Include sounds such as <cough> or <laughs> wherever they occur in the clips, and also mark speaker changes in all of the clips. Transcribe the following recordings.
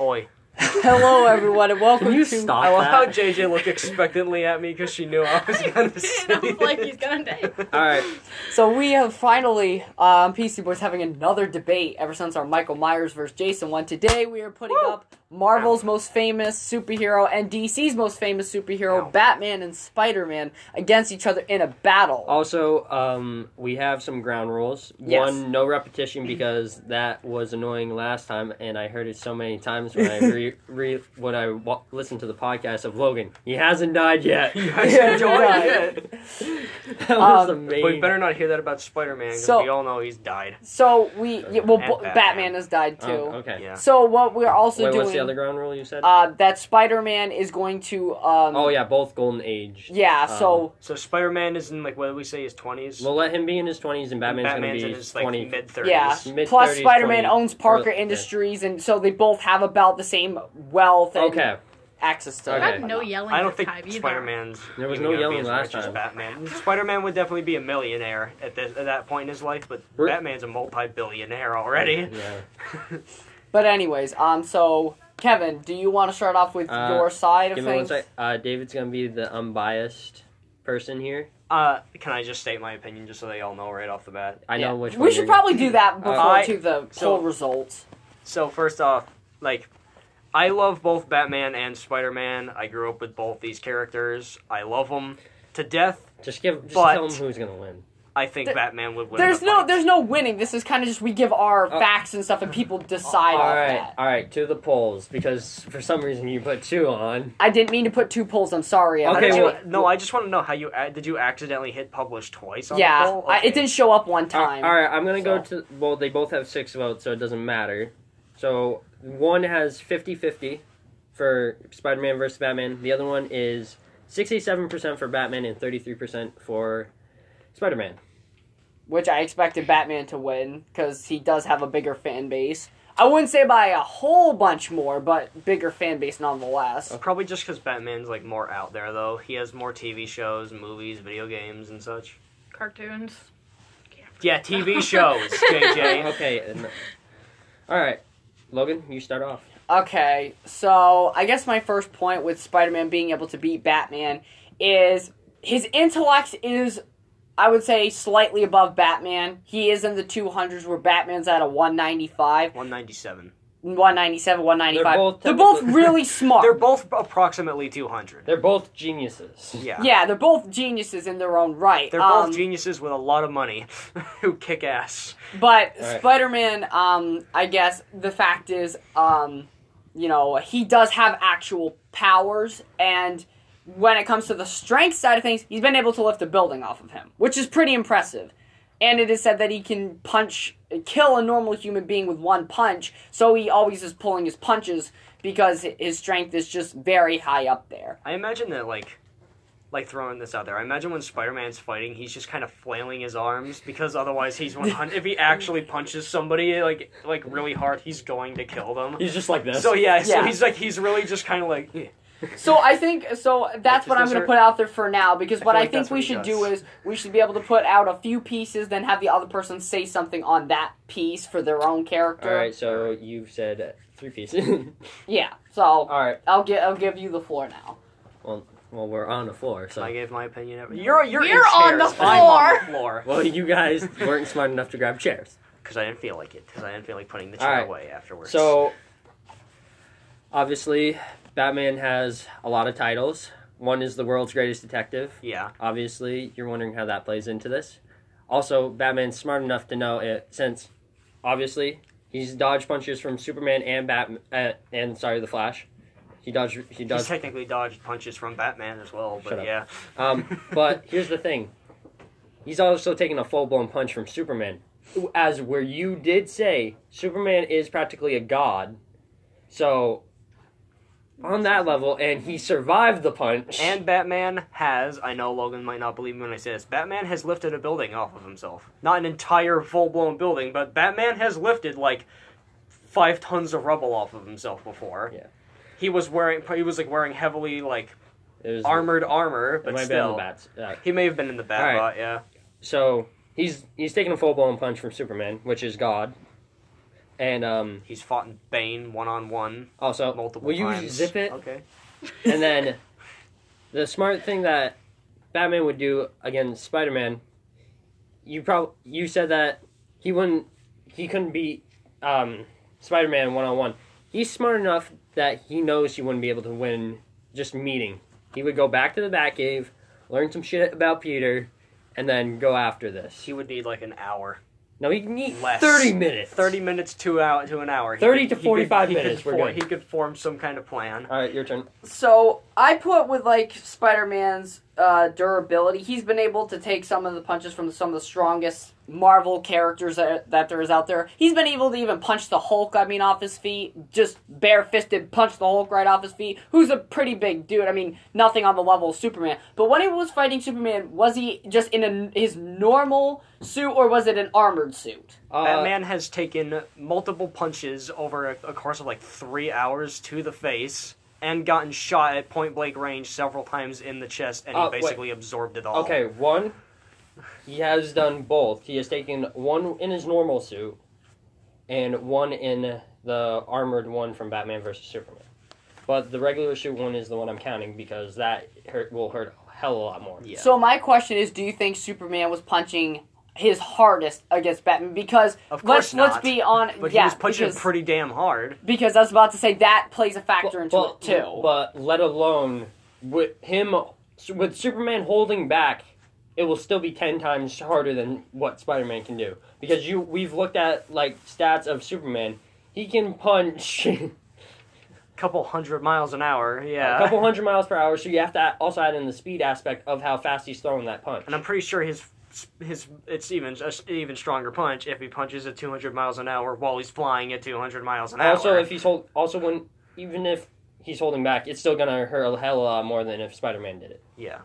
Speaker 1: Oi.
Speaker 2: Hello, everyone, and welcome
Speaker 1: Can you
Speaker 2: to.
Speaker 1: stop
Speaker 3: I love how
Speaker 1: that?
Speaker 3: JJ looked expectantly at me because she knew I <laughs> was gonna say.
Speaker 4: I was like, he's gonna
Speaker 3: <laughs>
Speaker 4: die.
Speaker 3: All right,
Speaker 2: So we have finally uh, on PC Boys having another debate ever since our Michael Myers versus Jason one. Today we are putting up Marvel's most famous superhero and DC's most famous superhero,
Speaker 1: Ow.
Speaker 2: Batman and Spider Man, against each other in a battle.
Speaker 3: Also, um, we have some ground rules.
Speaker 2: Yes.
Speaker 3: One, no repetition because that was annoying last time, and I heard it so many times when I
Speaker 1: <laughs>
Speaker 3: re, re when I wa- listened to the podcast of Logan. He hasn't died
Speaker 1: <laughs>
Speaker 3: yet.
Speaker 1: You
Speaker 3: that
Speaker 1: guys
Speaker 3: <laughs>
Speaker 2: Yeah,
Speaker 1: enjoy
Speaker 2: right.
Speaker 1: it.
Speaker 3: was the
Speaker 2: Um,
Speaker 3: main.
Speaker 1: We better not hear that about Spider-Man because
Speaker 2: So-
Speaker 1: we all know he's died.
Speaker 2: So we yeah, well,
Speaker 1: And
Speaker 2: bo-
Speaker 1: Batman.
Speaker 2: Batman. has died too.
Speaker 3: Oh, okay.
Speaker 1: Yeah.
Speaker 2: So what we're also
Speaker 3: Wait,
Speaker 2: doing
Speaker 3: what's the other ground rule you said?
Speaker 2: uh, that Spider Man is going to. Um,
Speaker 3: oh yeah, both Golden Age.
Speaker 2: Yeah. so
Speaker 1: So Spider-Man is in like what did we say his twenties?
Speaker 3: We'll let him be in his twenties, and Batman's,
Speaker 1: Batman's
Speaker 3: gonna
Speaker 1: in
Speaker 3: be
Speaker 1: his like
Speaker 3: twenty.
Speaker 1: mid
Speaker 2: yeah.
Speaker 1: thirties.
Speaker 3: Mid-thirties,
Speaker 2: Plus, Spider Man
Speaker 3: 20,
Speaker 2: owns Parker
Speaker 3: early- yeah.
Speaker 2: Industries, and so they both have about the same wealth and
Speaker 3: okay.
Speaker 2: access to.
Speaker 3: Okay.
Speaker 4: I have no yelling.
Speaker 1: I don't think
Speaker 4: this time either.
Speaker 1: Spider-Man's.
Speaker 3: There was
Speaker 1: even
Speaker 3: no
Speaker 1: gonna be
Speaker 3: yelling
Speaker 1: as
Speaker 3: last
Speaker 1: rich as
Speaker 3: time.
Speaker 1: Batman. Spider-Man would definitely be a millionaire at, this, at that point in his life, but
Speaker 3: We're-
Speaker 1: Batman's a multi-billionaire already.
Speaker 3: Yeah.
Speaker 2: But anyways, um, so Kevin, do you want to start off with
Speaker 3: Uh,
Speaker 2: your side of
Speaker 3: Give me one
Speaker 2: things?
Speaker 3: sec. Uh, David's gonna be the unbiased person here.
Speaker 1: <laughs> Uh, can I just state my opinion just so they all know right off the bat?
Speaker 3: I
Speaker 2: Yeah.
Speaker 3: know which.
Speaker 2: we
Speaker 3: one
Speaker 2: should
Speaker 3: you're gonna- Uh,
Speaker 2: probably do that before
Speaker 1: I-
Speaker 2: to the
Speaker 1: so-
Speaker 2: poll results.
Speaker 1: So first off, like I love both Batman and Spider-Man. I grew up with both these characters. I love them to death.
Speaker 3: Just give. Just
Speaker 1: But-
Speaker 3: tell him who's gonna win.
Speaker 1: I think
Speaker 2: There-
Speaker 1: Batman would win.
Speaker 2: There's
Speaker 1: the
Speaker 2: no,
Speaker 1: fight.
Speaker 2: there's no winning. This is kind of just we give our
Speaker 3: Oh.
Speaker 2: facts and stuff, and people decide
Speaker 3: all
Speaker 2: on
Speaker 3: right,
Speaker 2: that.
Speaker 3: all right. To the polls because for some reason you put two on.
Speaker 2: I didn't mean to put two polls. I'm sorry. I
Speaker 1: How did
Speaker 3: Okay,
Speaker 2: meant
Speaker 1: you-
Speaker 3: well-
Speaker 1: no, I just want to know how you a- did you accidentally hit publish twice?
Speaker 2: to-
Speaker 1: On
Speaker 2: yeah,
Speaker 1: the poll?
Speaker 2: I,
Speaker 1: Okay.
Speaker 2: it didn't show up one
Speaker 3: All
Speaker 2: time.
Speaker 3: all right, I'm gonna go to. Well, they both have six votes, so it doesn't matter. So one has 50-50 for Spider-Man versus Batman. The other one is sixty-seven percent for Batman and thirty-three percent for Spider-Man.
Speaker 2: Which I expected Batman to win because he does have a bigger fan base. I wouldn't say by a whole bunch more, but bigger fan base nonetheless.
Speaker 1: Probably just because Batman's like more out there though. He has more TV shows, movies, video games, and such.
Speaker 4: Cartoons.
Speaker 1: Yeah,
Speaker 2: <laughs>
Speaker 1: TV shows, JJ.
Speaker 3: Okay. n- All right, Logan, you start off.
Speaker 2: Okay, so I guess my first point with Spider Man being able to beat Batman is his intellect is, I would say, slightly above Batman. He is in the 200s, where Batman's at a 195,
Speaker 1: One ninety seven.
Speaker 2: 197, 195.
Speaker 3: They're both
Speaker 2: They're both
Speaker 1: <laughs>
Speaker 3: technically-
Speaker 2: really smart.
Speaker 1: They're both approximately two hundred.
Speaker 3: They're both geniuses.
Speaker 1: Yeah.
Speaker 2: yeah, they're both geniuses in their own right.
Speaker 1: They're
Speaker 2: Um,
Speaker 1: both geniuses with a lot of money <laughs> who kick ass.
Speaker 2: But
Speaker 3: Alright.
Speaker 2: Spider-Man, um, I guess the fact is, um, you know, he does have actual powers, and when it comes to the strength side of things, he's been able to lift a building off of him, which is pretty impressive. And it is said that he can punch, kill a normal human being with one punch, so he always is pulling his punches because his strength is just very high up there.
Speaker 1: I imagine that like like throwing this out there. I imagine when Spider-Man's fighting, he's just kind of flailing his arms because otherwise he's 100 if he actually punches somebody like like really hard, he's going to kill them.
Speaker 3: <laughs> He's just like this. <laughs>
Speaker 1: So yeah, so
Speaker 2: Yeah.
Speaker 1: he's like he's really just kind of like eh.
Speaker 2: So I think so that's
Speaker 1: Does
Speaker 2: what I'm
Speaker 1: this
Speaker 2: going to
Speaker 1: hurt?
Speaker 2: put out there for now because
Speaker 1: I
Speaker 2: what
Speaker 1: feel
Speaker 2: I
Speaker 1: like
Speaker 2: think
Speaker 1: that's what
Speaker 2: we
Speaker 1: he
Speaker 2: should
Speaker 1: does.
Speaker 2: do is we should be able to put out a few pieces then have the other person say something on that piece for their own character.
Speaker 3: All right, so you've said three pieces. <laughs>
Speaker 2: Yeah. So
Speaker 3: All right.
Speaker 2: I'll get I'll give you the floor now.
Speaker 3: Well, we're on the floor, so.
Speaker 1: I gave my opinion. Every- you're you're in
Speaker 4: We're on
Speaker 1: chairs.
Speaker 4: the
Speaker 1: I'm on the
Speaker 4: floor.
Speaker 1: floor
Speaker 3: Well, you
Speaker 1: <laughs>
Speaker 3: guys <laughs> weren't smart enough to grab chairs.
Speaker 1: because I didn't feel like it because I didn't feel like putting the
Speaker 3: All
Speaker 1: chair
Speaker 3: right.
Speaker 1: away afterwards.
Speaker 3: So, obviously, Batman has a lot of titles. One is the world's greatest detective.
Speaker 1: yeah,
Speaker 3: Obviously, you're wondering how that plays into this. Also, Batman's smart enough to know it since, obviously, he's dodged punches from Superman and Batman uh, and sorry, the Flash. He dodged. He
Speaker 1: he's
Speaker 3: dodged.
Speaker 1: technically dodged punches from Batman as well,
Speaker 3: Shut
Speaker 1: but
Speaker 3: up.
Speaker 1: yeah.
Speaker 3: Um, but here's the thing. He's also taking a full blown punch from Superman. As where you did say, Superman is practically a god. So on that level, and he survived the punch.
Speaker 1: And Batman has, I know Logan might not believe me when I say this, Batman has lifted a building off of himself. Not an entire full blown building, but Batman has lifted like five tons of rubble off of himself before.
Speaker 3: Yeah.
Speaker 1: He was wearing he was like wearing heavily like
Speaker 3: it was,
Speaker 1: armored armor,
Speaker 3: it
Speaker 1: but
Speaker 3: might be on
Speaker 1: still
Speaker 3: the bats. Uh,
Speaker 1: he may have been in the bat
Speaker 3: All right.
Speaker 1: bot, yeah.
Speaker 3: so he's he's taking a full blown punch from Superman, which is God. and um,
Speaker 1: He's fought in Bane one on one
Speaker 3: also
Speaker 1: multiple
Speaker 3: Oh, will you
Speaker 1: times.
Speaker 3: zip it?
Speaker 1: Okay.
Speaker 3: And then the smart thing that Batman would do against Spider Man, you prob you said that he wouldn't he couldn't beat um, Spider Man one on one. He's smart enough that he knows he wouldn't be able to win just meeting. He would go back to the Batcave, learn some shit about Peter, and then go after this.
Speaker 1: He would need like an hour,
Speaker 3: No, he need
Speaker 1: Less.
Speaker 3: thirty minutes.
Speaker 1: thirty minutes to out to an hour. He
Speaker 3: 30 to
Speaker 1: he
Speaker 3: 45
Speaker 1: he
Speaker 3: minutes,
Speaker 1: Could
Speaker 3: we're
Speaker 1: for-
Speaker 3: good.
Speaker 1: he could form some kind of plan.
Speaker 3: All right, your turn.
Speaker 2: So I put with like Spider Man's uh, durability, he's been able to take some of the punches from some of the strongest Marvel characters that, that there is out there. He's been able to even punch the Hulk. I mean, off his feet, just barefisted punch the Hulk right off his feet. Who's a pretty big dude. I mean, nothing on the level of Superman. But when he was fighting Superman, was he just in a, his normal suit or was it an armored suit?
Speaker 3: Uh,
Speaker 1: Batman has taken multiple punches over a, a course of like three hours to the face and gotten shot at point blank range several times in the chest, and
Speaker 3: Uh,
Speaker 1: he
Speaker 3: wait.
Speaker 1: basically absorbed it all.
Speaker 3: Okay, one, he has done both. He has taken one in his normal suit and one in the armored one from Batman versus Superman. But the regular suit one is the one I'm counting because that hurt, will hurt a hell of a lot more.
Speaker 1: Yeah.
Speaker 2: So my question is, do you think Superman was punching his hardest against Batman? Because
Speaker 1: Of
Speaker 2: let's
Speaker 1: course
Speaker 2: let's
Speaker 1: not.
Speaker 2: be on.
Speaker 1: But
Speaker 2: yeah,
Speaker 1: he was punching
Speaker 2: because,
Speaker 1: pretty damn hard.
Speaker 2: because I was about to say that plays a
Speaker 3: Bu-
Speaker 2: factor into
Speaker 3: bu-
Speaker 2: it too.
Speaker 3: But let alone with him, with Superman holding back, it will still be ten times harder than what Spider-Man can do because you we've looked at like stats of Superman. He can punch. <laughs>
Speaker 1: couple hundred miles an hour, yeah.
Speaker 3: a couple hundred miles per hour. So you have to also add in the speed aspect of how fast he's throwing that punch.
Speaker 1: and I'm pretty sure his his it's even a s- even stronger punch if he punches at 200 miles an hour while he's flying at 200 miles an hour.
Speaker 3: also, if he's hold, also when even if he's holding back, it's still gonna hurt a hell of a lot more than if Spider-Man did it.
Speaker 1: yeah,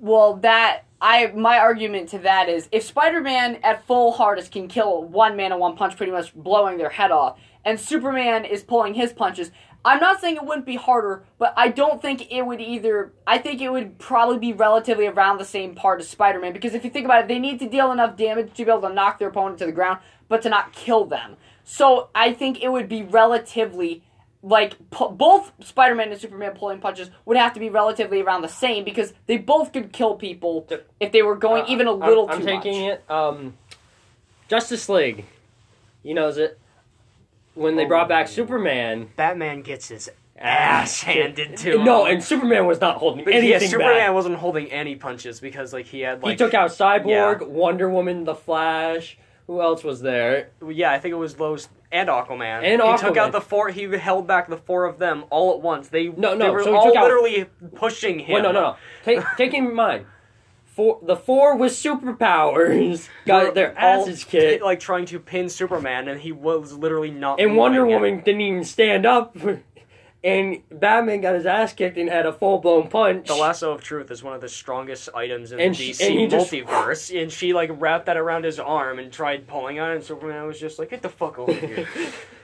Speaker 2: well, that I my argument to that is if Spider-Man at full hardest can kill one man in one punch, pretty much blowing their head off, and Superman is pulling his punches. I'm not saying it wouldn't be harder, but I don't think it would either. I think it would probably be relatively around the same part as Spider-Man because if you think about it, they need to deal enough damage to be able to knock their opponent to the ground, but to not kill them. So I think it would be relatively like pu- both Spider-Man and Superman pulling punches would have to be relatively around the same because they both could kill people if they were
Speaker 1: Oh,
Speaker 2: going
Speaker 3: Uh,
Speaker 2: even a
Speaker 3: I'm-
Speaker 2: little
Speaker 3: I'm,
Speaker 2: too
Speaker 3: taking
Speaker 2: much.
Speaker 3: it. Um, Justice League, he knows it. When they
Speaker 1: Oh.
Speaker 3: brought back Superman,
Speaker 1: Batman gets his <laughs> ass handed to him.
Speaker 3: Ah, no, and Superman was not holding
Speaker 1: but
Speaker 3: anything
Speaker 1: yeah, Superman
Speaker 3: back.
Speaker 1: wasn't holding any punches because like he had
Speaker 3: He
Speaker 1: like
Speaker 3: took out Cyborg,
Speaker 1: Yeah.
Speaker 3: Wonder Woman, The Flash. Who else was there?
Speaker 1: yeah, I think it was those and Aquaman.
Speaker 3: And
Speaker 1: he took
Speaker 3: Aquaman.
Speaker 1: out the four. He held back the four of them all at once. They
Speaker 3: No,
Speaker 1: they
Speaker 3: no,
Speaker 1: were
Speaker 3: so he
Speaker 1: all
Speaker 3: took out-
Speaker 1: literally pushing him.
Speaker 3: Well, no, no, no. Take, take in mind, four, the four with superpowers <laughs>
Speaker 1: Were
Speaker 3: got their
Speaker 1: all
Speaker 3: asses
Speaker 1: <laughs>
Speaker 3: kicked,
Speaker 1: like oh trying to pin Superman, and he was literally not.
Speaker 3: and
Speaker 1: moving.
Speaker 3: Wonder Woman didn't even stand up, <laughs> and Batman got his ass kicked and had a full blown punch.
Speaker 1: The lasso of truth is one of the strongest items in
Speaker 3: And
Speaker 1: the
Speaker 3: she-
Speaker 1: DC
Speaker 3: and he just-
Speaker 1: multiverse, and she like wrapped that around his arm and tried pulling on it. And Superman was just like, "Get the fuck
Speaker 3: <laughs>
Speaker 1: over here!"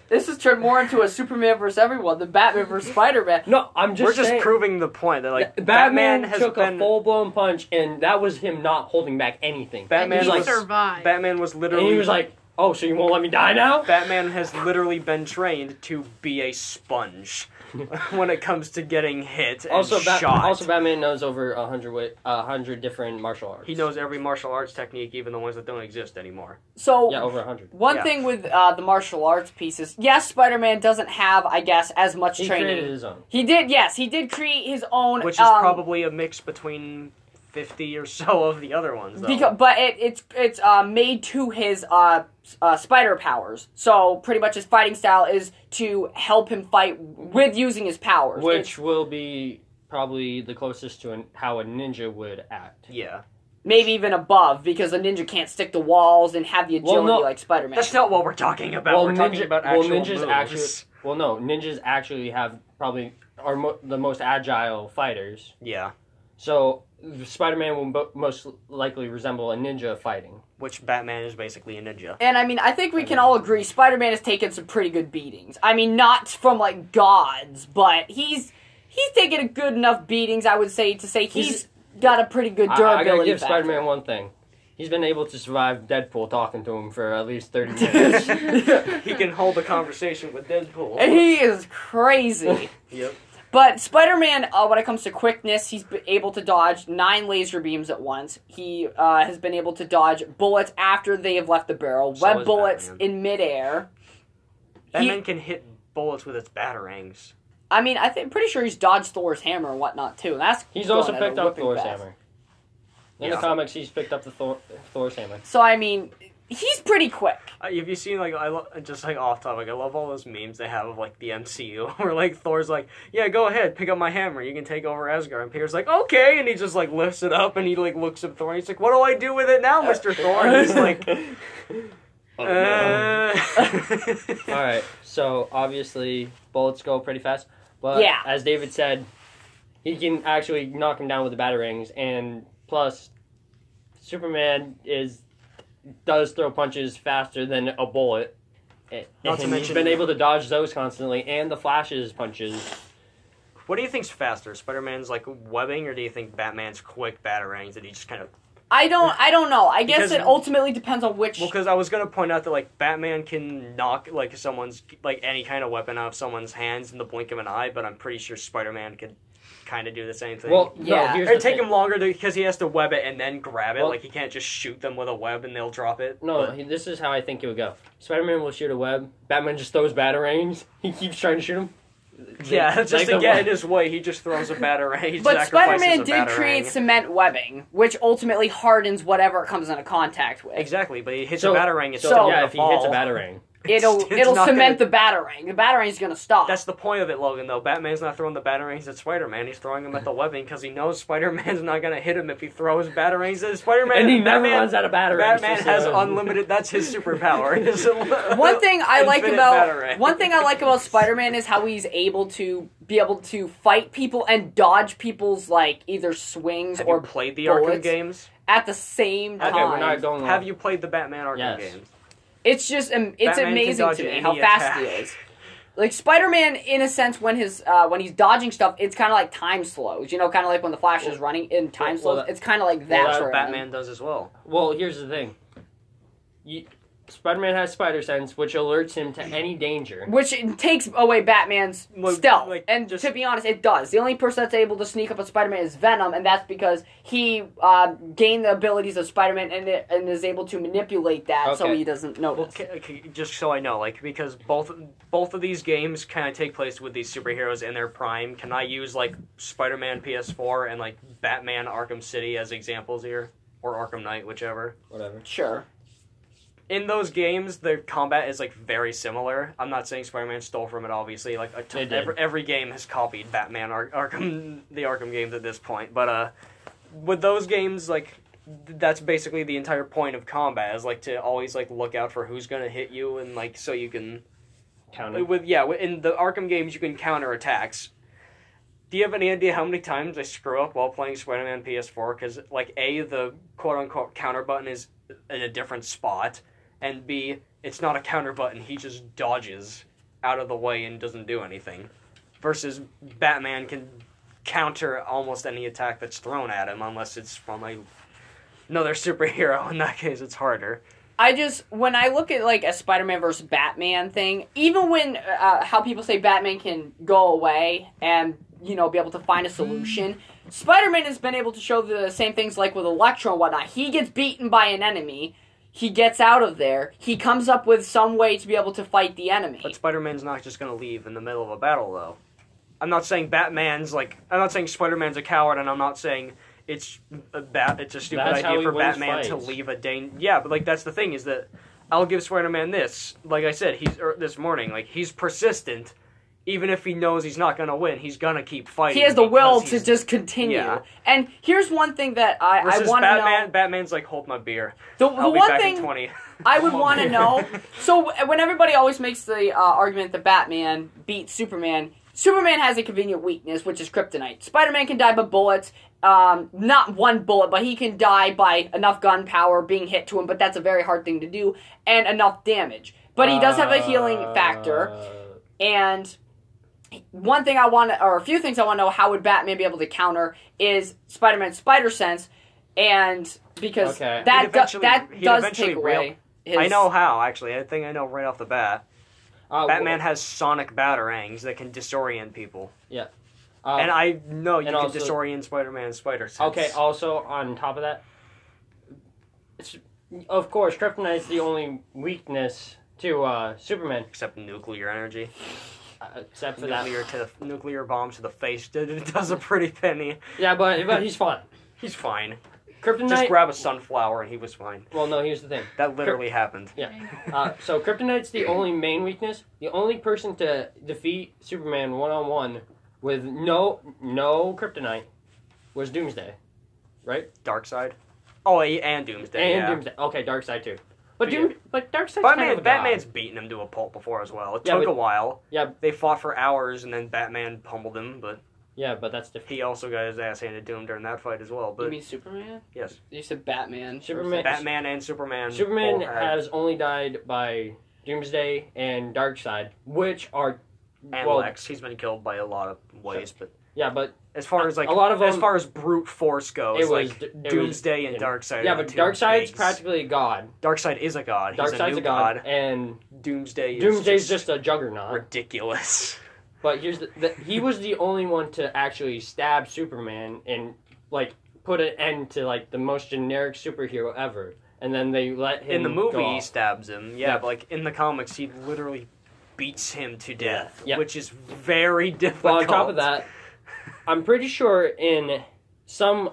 Speaker 2: This has turned more into a Superman versus everyone than Batman <laughs> versus Spider-Man.
Speaker 3: no, I'm just
Speaker 1: We're just
Speaker 3: saying,
Speaker 1: proving the point that like
Speaker 3: Batman,
Speaker 1: Batman, has
Speaker 3: took
Speaker 1: been
Speaker 3: a full blown punch, and that was him not holding back anything.
Speaker 1: Batman
Speaker 3: he
Speaker 4: he
Speaker 3: was
Speaker 1: was
Speaker 3: like,
Speaker 4: survived.
Speaker 1: Batman was
Speaker 3: and
Speaker 1: literally
Speaker 3: he was like, "Oh, so you won't let me die
Speaker 1: <laughs>
Speaker 3: now?"
Speaker 1: Batman has literally been trained to be a sponge <laughs> when it comes to getting hit and
Speaker 3: Also, Bat-
Speaker 1: shot.
Speaker 3: also Batman knows over a hundred wa- a hundred different martial arts.
Speaker 1: he knows every martial arts technique, even the ones that don't exist anymore.
Speaker 2: So
Speaker 3: yeah, over a hundred.
Speaker 2: one
Speaker 1: yeah.
Speaker 2: thing with uh, the martial arts pieces, yes, Spider-Man doesn't have, I guess, as much
Speaker 3: He
Speaker 2: training.
Speaker 3: created his own.
Speaker 2: He did, yes, he did create his own,
Speaker 1: Which is
Speaker 2: um,
Speaker 1: probably a mix between fifty or so of the other ones, though.
Speaker 2: Because, but it, it's it's uh, made to his uh, s- uh, spider powers. So pretty much his fighting style is to help him fight with using his powers.
Speaker 3: which will be probably the closest to an, how a ninja would act.
Speaker 1: yeah.
Speaker 2: maybe even above because a ninja can't stick to walls and have the
Speaker 3: Well,
Speaker 2: agility
Speaker 3: no.
Speaker 2: like Spider Man.
Speaker 1: That's not what we're talking about. we're talking about
Speaker 3: well,
Speaker 1: actual
Speaker 3: ninjas
Speaker 1: moves.
Speaker 3: actually. Well, no, ninjas actually have probably are mo- the most agile fighters.
Speaker 1: Yeah,
Speaker 3: So Spider-Man will bo- most likely resemble a ninja fighting.
Speaker 1: which Batman is basically a ninja.
Speaker 2: And I mean, I think we can all agree Spider Man has taken some pretty good beatings. I mean, not from like gods, but he's he's taken a good enough beatings, I would say, to say he's
Speaker 3: He's-
Speaker 2: got a pretty good
Speaker 3: I- I,
Speaker 2: durability.
Speaker 3: gotta give
Speaker 2: factor.
Speaker 3: Spider-Man one thing. He's been able to survive Deadpool talking to him for at
Speaker 1: <laughs>
Speaker 3: least 30 minutes.
Speaker 1: He
Speaker 4: <laughs>
Speaker 1: can hold a conversation with Deadpool.
Speaker 2: He is crazy.
Speaker 1: <laughs> Yep.
Speaker 2: But Spider-Man, uh, when it comes to quickness, he's been able to dodge nine laser beams at once. He uh, has been able to dodge bullets after they have left the barrel,
Speaker 1: So
Speaker 2: web
Speaker 1: is
Speaker 2: bullets
Speaker 1: Batman.
Speaker 2: in midair.
Speaker 1: Batman can hit bullets with its batarangs.
Speaker 2: I mean, I think pretty sure he's dodged Thor's hammer and whatnot too. And that's
Speaker 3: He's
Speaker 2: going
Speaker 3: also
Speaker 2: at a
Speaker 3: picked up
Speaker 2: whipping
Speaker 3: Thor's
Speaker 2: fast.
Speaker 3: hammer. In
Speaker 1: Yeah.
Speaker 3: the comics, he's picked up the Thor, Thor's hammer.
Speaker 2: So I mean, he's pretty quick.
Speaker 1: Uh, have you seen like I lo- just like off topic? I love all those memes they have of like the MCU <laughs> where like Thor's like, yeah, go ahead, pick up my hammer, you can take over Asgard. And Peter's like, okay, and he just like lifts it up and he like looks at Thor and he's like, what do I do with it now, Mister Thor?
Speaker 3: <laughs>
Speaker 1: And he's <laughs> like, Oh, uh...
Speaker 3: Oh,
Speaker 1: <laughs>
Speaker 2: <laughs>
Speaker 3: All right. So obviously, bullets go pretty fast. But
Speaker 2: Yeah.
Speaker 3: as David said, he can actually knock him down with the batarangs, and plus, Superman is does throw punches faster than a bullet. And
Speaker 1: Not to
Speaker 3: he's
Speaker 1: mention-
Speaker 3: been able to dodge those constantly, and the Flash's punches.
Speaker 1: what do you think's faster, Spider Man's like webbing, or do you think Batman's quick batarangs that he just kind of?
Speaker 2: I don't. I don't know. I guess
Speaker 1: Because-
Speaker 2: it ultimately depends on which.
Speaker 1: Well, because I was gonna point out that like Batman can knock like someone's like any kind of weapon out of someone's hands in the blink of an eye, but I'm pretty sure Spider Man could kind of do the same thing.
Speaker 3: Well, no,
Speaker 2: Yeah.
Speaker 3: here's
Speaker 1: It'd
Speaker 3: the
Speaker 1: take
Speaker 3: thing.
Speaker 1: him longer because he has to web it and then grab it.
Speaker 3: Well-
Speaker 1: like he can't just shoot them with a web and they'll drop it.
Speaker 3: No,
Speaker 1: But-
Speaker 3: he- this is how I think it would go. Spider-Man will shoot a web. Batman just throws batarangs. <laughs> He keeps trying to shoot him.
Speaker 1: yeah,
Speaker 3: Like
Speaker 1: just to
Speaker 3: the
Speaker 1: get in
Speaker 3: web-
Speaker 1: his way, he just throws a batarang. He
Speaker 2: but
Speaker 1: sacrifices
Speaker 2: Spider-Man
Speaker 1: a
Speaker 2: did create
Speaker 1: batarang.
Speaker 2: cement webbing, which ultimately hardens whatever it comes into contact with.
Speaker 1: Exactly, but he hits
Speaker 3: So-
Speaker 1: a batarang. It's
Speaker 3: So,
Speaker 1: still
Speaker 3: yeah,
Speaker 1: gonna
Speaker 3: if he hits a
Speaker 1: fall.
Speaker 3: batarang,
Speaker 1: <laughs>
Speaker 2: It'll
Speaker 1: It's
Speaker 2: it'll
Speaker 1: not
Speaker 2: cement the batarang. The batarang's gonna stop.
Speaker 1: That's the point of it, Logan. Though Batman's not throwing the batarangs at Spider-Man, he's throwing them at the webbing because he knows Spider-Man's not gonna hit him if he throws batarangs at Spider-Man.
Speaker 3: and he never
Speaker 1: Batman,
Speaker 3: runs out of batarangs.
Speaker 1: Batman
Speaker 3: for
Speaker 1: has
Speaker 3: <laughs> Spider-Man.
Speaker 1: unlimited. That's his
Speaker 3: <laughs>
Speaker 1: superpower. is a-
Speaker 2: <laughs> one thing I like
Speaker 1: infinite
Speaker 2: about
Speaker 1: batarang.
Speaker 2: one thing I like about Spider-Man is how he's able to be able to fight people and dodge people's like either
Speaker 1: <laughs>
Speaker 2: swings
Speaker 1: Have you
Speaker 2: or
Speaker 1: played the
Speaker 2: bullets.
Speaker 1: Arkham games?
Speaker 2: at the same
Speaker 1: Okay,
Speaker 2: time.
Speaker 3: Okay, we're not going.
Speaker 1: Have you played the Batman Arkham
Speaker 3: Yes.
Speaker 1: games?
Speaker 2: It's just um, it's
Speaker 1: Batman can
Speaker 2: amazing
Speaker 1: dodge
Speaker 2: to me
Speaker 1: any
Speaker 2: how fast
Speaker 1: attack.
Speaker 2: he is. Like Spider-Man, in a sense, when his uh, when he's dodging stuff, it's kind of like time slows. You know, kind of like when the Flash is running in time
Speaker 3: well,
Speaker 2: slows.
Speaker 3: that-
Speaker 2: it's kind of like
Speaker 3: well,
Speaker 2: that
Speaker 3: that
Speaker 2: for
Speaker 1: <laughs>
Speaker 2: him.
Speaker 1: uh, Batman does as well.
Speaker 3: Well, here's the thing. You, Spider-Man has spider sense, which alerts him to any danger.
Speaker 2: which it takes away Batman's
Speaker 1: Well,
Speaker 2: stealth.
Speaker 1: like,
Speaker 2: and
Speaker 1: just-
Speaker 2: to be honest, it does. The only person that's able to sneak up on Spider-Man is Venom, and that's because he uh, gained the abilities of Spider-Man and, it- and is able to manipulate that so
Speaker 3: Okay.
Speaker 2: he doesn't notice.
Speaker 1: Well, ca- ca- just so I know, like because both both of these games kind of take place with these superheroes in their prime. Can I use like Spider-Man PS4 and like Batman Arkham City as examples here, or Arkham Knight, whichever?
Speaker 3: Whatever.
Speaker 2: Sure.
Speaker 1: In those games, the combat is like very similar. I'm not saying Spider-Man stole from it, obviously. Like a
Speaker 3: They
Speaker 1: t-
Speaker 3: did.
Speaker 1: every, every game has copied Batman Ar- Arkham, the Arkham games at this point. But uh, with those games, like th- that's basically the entire point of combat is like to always like look out for who's gonna hit you and like so you can
Speaker 3: Counter.
Speaker 1: with yeah, wi- in the Arkham games you can counter attacks. Do you have any idea how many times I screw up while playing Spider-Man PS4? Because like a the quote unquote counter button is in a different spot, and b it's not a counter button. He just dodges out of the way and doesn't do anything. Versus Batman can counter almost any attack that's thrown at him unless it's from a, another superhero. <laughs> In that case, it's harder.
Speaker 2: I just when I look at like a Spider-Man versus Batman thing, even when uh, how people say Batman can go away and you know be able to find a solution, Spider-Man has been able to show the same things like with Electro and whatnot. He gets beaten by an enemy, he gets out of there, he comes up with some way to be able to fight the enemy.
Speaker 1: But Spider Man's not just gonna leave in the middle of a battle, though. I'm not saying Batman's like. I'm not saying Spider Man's a coward, and I'm not saying it's a bat. It's a stupid
Speaker 3: That's how
Speaker 1: idea
Speaker 3: he
Speaker 1: for
Speaker 3: wins
Speaker 1: Batman to
Speaker 3: fights.
Speaker 1: leave a dang. Yeah, but like that's the thing is that I'll give Spider Man this. Like I said, he's er, this morning. Like he's persistent, even if he knows he's not gonna win. He's gonna keep fighting.
Speaker 2: he has the will
Speaker 1: because
Speaker 2: to
Speaker 1: he's-
Speaker 2: just continue.
Speaker 1: Yeah.
Speaker 2: And here's one thing that I, I
Speaker 1: Versus
Speaker 2: want to
Speaker 1: Batman.
Speaker 2: know.
Speaker 1: Batman's like, hold my beer.
Speaker 2: The,
Speaker 1: I'll
Speaker 2: the
Speaker 1: be
Speaker 2: one
Speaker 1: back in
Speaker 2: thing
Speaker 1: twenty.
Speaker 2: I would
Speaker 3: Oh,
Speaker 2: want
Speaker 1: <laughs>
Speaker 2: to
Speaker 3: man.
Speaker 2: know. So when everybody always makes the uh, argument that Batman beats Superman, Superman has a convenient weakness, which is kryptonite. Spider-Man can die by bullets. Um, not one bullet, but he can die by enough gunpowder being hit to him. But that's a very hard thing to do, and enough damage. But he does have a healing factor. And one thing I want, to, or a few things I want to know, how would Batman be able to counter is Spider Man's spider sense. and because
Speaker 3: Okay.
Speaker 1: He'd
Speaker 2: that do-
Speaker 1: eventually-
Speaker 2: that
Speaker 1: he'd
Speaker 2: does
Speaker 1: eventually
Speaker 2: take away. His,
Speaker 1: I know how, actually. I think I know right off the bat.
Speaker 3: Uh,
Speaker 1: Batman
Speaker 3: wh-
Speaker 1: has sonic batarangs that can disorient people.
Speaker 3: uh,
Speaker 1: and I know you
Speaker 3: and
Speaker 1: can
Speaker 3: also-
Speaker 1: disorient Spider Man and Spider Sense.
Speaker 3: Okay. Also, on top of that, it's, of course, kryptonite's the only weakness to uh, Superman,
Speaker 1: Except nuclear energy.
Speaker 3: uh, except for that.
Speaker 1: Nuclear, to the, nuclear bomb to the face <laughs> did- it does a pretty penny.
Speaker 3: Yeah, but, but he's fine.
Speaker 1: He's fine.
Speaker 3: Kryptonite.
Speaker 1: Just grab a sunflower and he was fine.
Speaker 3: well, no. Here's the thing.
Speaker 1: That literally happened.
Speaker 3: Uh, so Kryptonite's the only main weakness. The only person to defeat Superman one on one with no no Kryptonite was Doomsday
Speaker 1: Dark Side. Oh, a- and Doomsday.
Speaker 3: and
Speaker 1: yeah.
Speaker 3: Doomsday. Okay, Darkseid too. But
Speaker 1: Yeah.
Speaker 3: Doom, but Darkseid's
Speaker 1: Batman,
Speaker 3: kind of a god.
Speaker 1: Batman's beaten him to a pulp before as well. It
Speaker 3: Yeah,
Speaker 1: took
Speaker 3: but-
Speaker 1: a while.
Speaker 3: Yeah.
Speaker 1: They fought for hours and then Batman pummeled him, but
Speaker 3: Yeah, but that's different.
Speaker 1: he also got his ass handed to him during that fight as well.
Speaker 2: You
Speaker 1: But
Speaker 2: mean Superman?
Speaker 1: yes,
Speaker 2: You said Batman.
Speaker 3: Superman-
Speaker 1: Batman and Superman.
Speaker 3: Superman
Speaker 1: both had-
Speaker 3: has only died by Doomsday and Darkseid, which are
Speaker 1: and
Speaker 3: well,
Speaker 1: Lex. He's been killed by a lot of ways, but
Speaker 3: yeah, but
Speaker 1: as far as like
Speaker 3: a lot of them.
Speaker 1: as far as brute force goes,
Speaker 3: it was
Speaker 1: like
Speaker 3: it was-
Speaker 1: Doomsday and
Speaker 3: yeah.
Speaker 1: Darkseid.
Speaker 3: Yeah,
Speaker 1: are the
Speaker 3: but
Speaker 1: two bigs.
Speaker 3: Darkseid's practically a god.
Speaker 1: Darkseid is a god. He's a
Speaker 3: Darkseid's
Speaker 1: new
Speaker 3: a god, and
Speaker 1: Doomsday.
Speaker 3: Doomsday's
Speaker 1: is
Speaker 3: just a juggernaut. <laughs>
Speaker 1: ridiculous.
Speaker 3: But here's the, the he was the only one to actually stab Superman and like put an end to like the most generic superhero ever. And then they let him
Speaker 1: in the movie
Speaker 3: go
Speaker 1: he
Speaker 3: off.
Speaker 1: stabs him yeah,
Speaker 3: Oh, Yeah.
Speaker 1: but like in the comics he literally beats him to death
Speaker 3: Yeah.
Speaker 1: which is very difficult
Speaker 3: But on top of that, I'm pretty sure in some,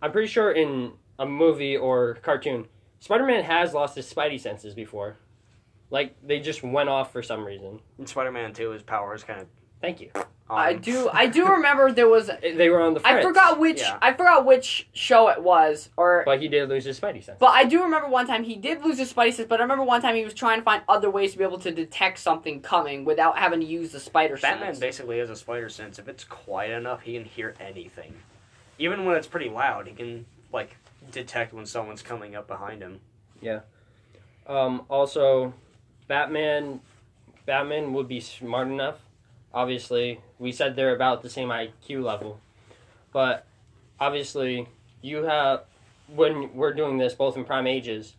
Speaker 3: I'm pretty sure in a movie or cartoon, Spider-Man has lost his Spidey senses before. Like they just went off for some reason.
Speaker 1: in spider-man 2 his power is kind of
Speaker 3: Thank you.
Speaker 2: I do. I do remember there was.
Speaker 3: They were on the.
Speaker 2: I
Speaker 3: fritz,
Speaker 2: forgot which.
Speaker 1: yeah.
Speaker 2: I forgot which show it was, or.
Speaker 3: But he did lose his Spidey sense.
Speaker 2: But I do remember one time he did lose his spider sense. But I remember one time he was trying to find other ways to be able to detect something coming without having to use the spider
Speaker 1: batman
Speaker 2: sense.
Speaker 1: basically has a spider sense if it's quiet enough he can hear anything even when it's pretty loud he can like detect when someone's coming up behind him
Speaker 3: Um, also, Batman, Batman would be smart enough. Obviously, we said they're about the same IQ level, but obviously, you have when we're doing this both in prime ages.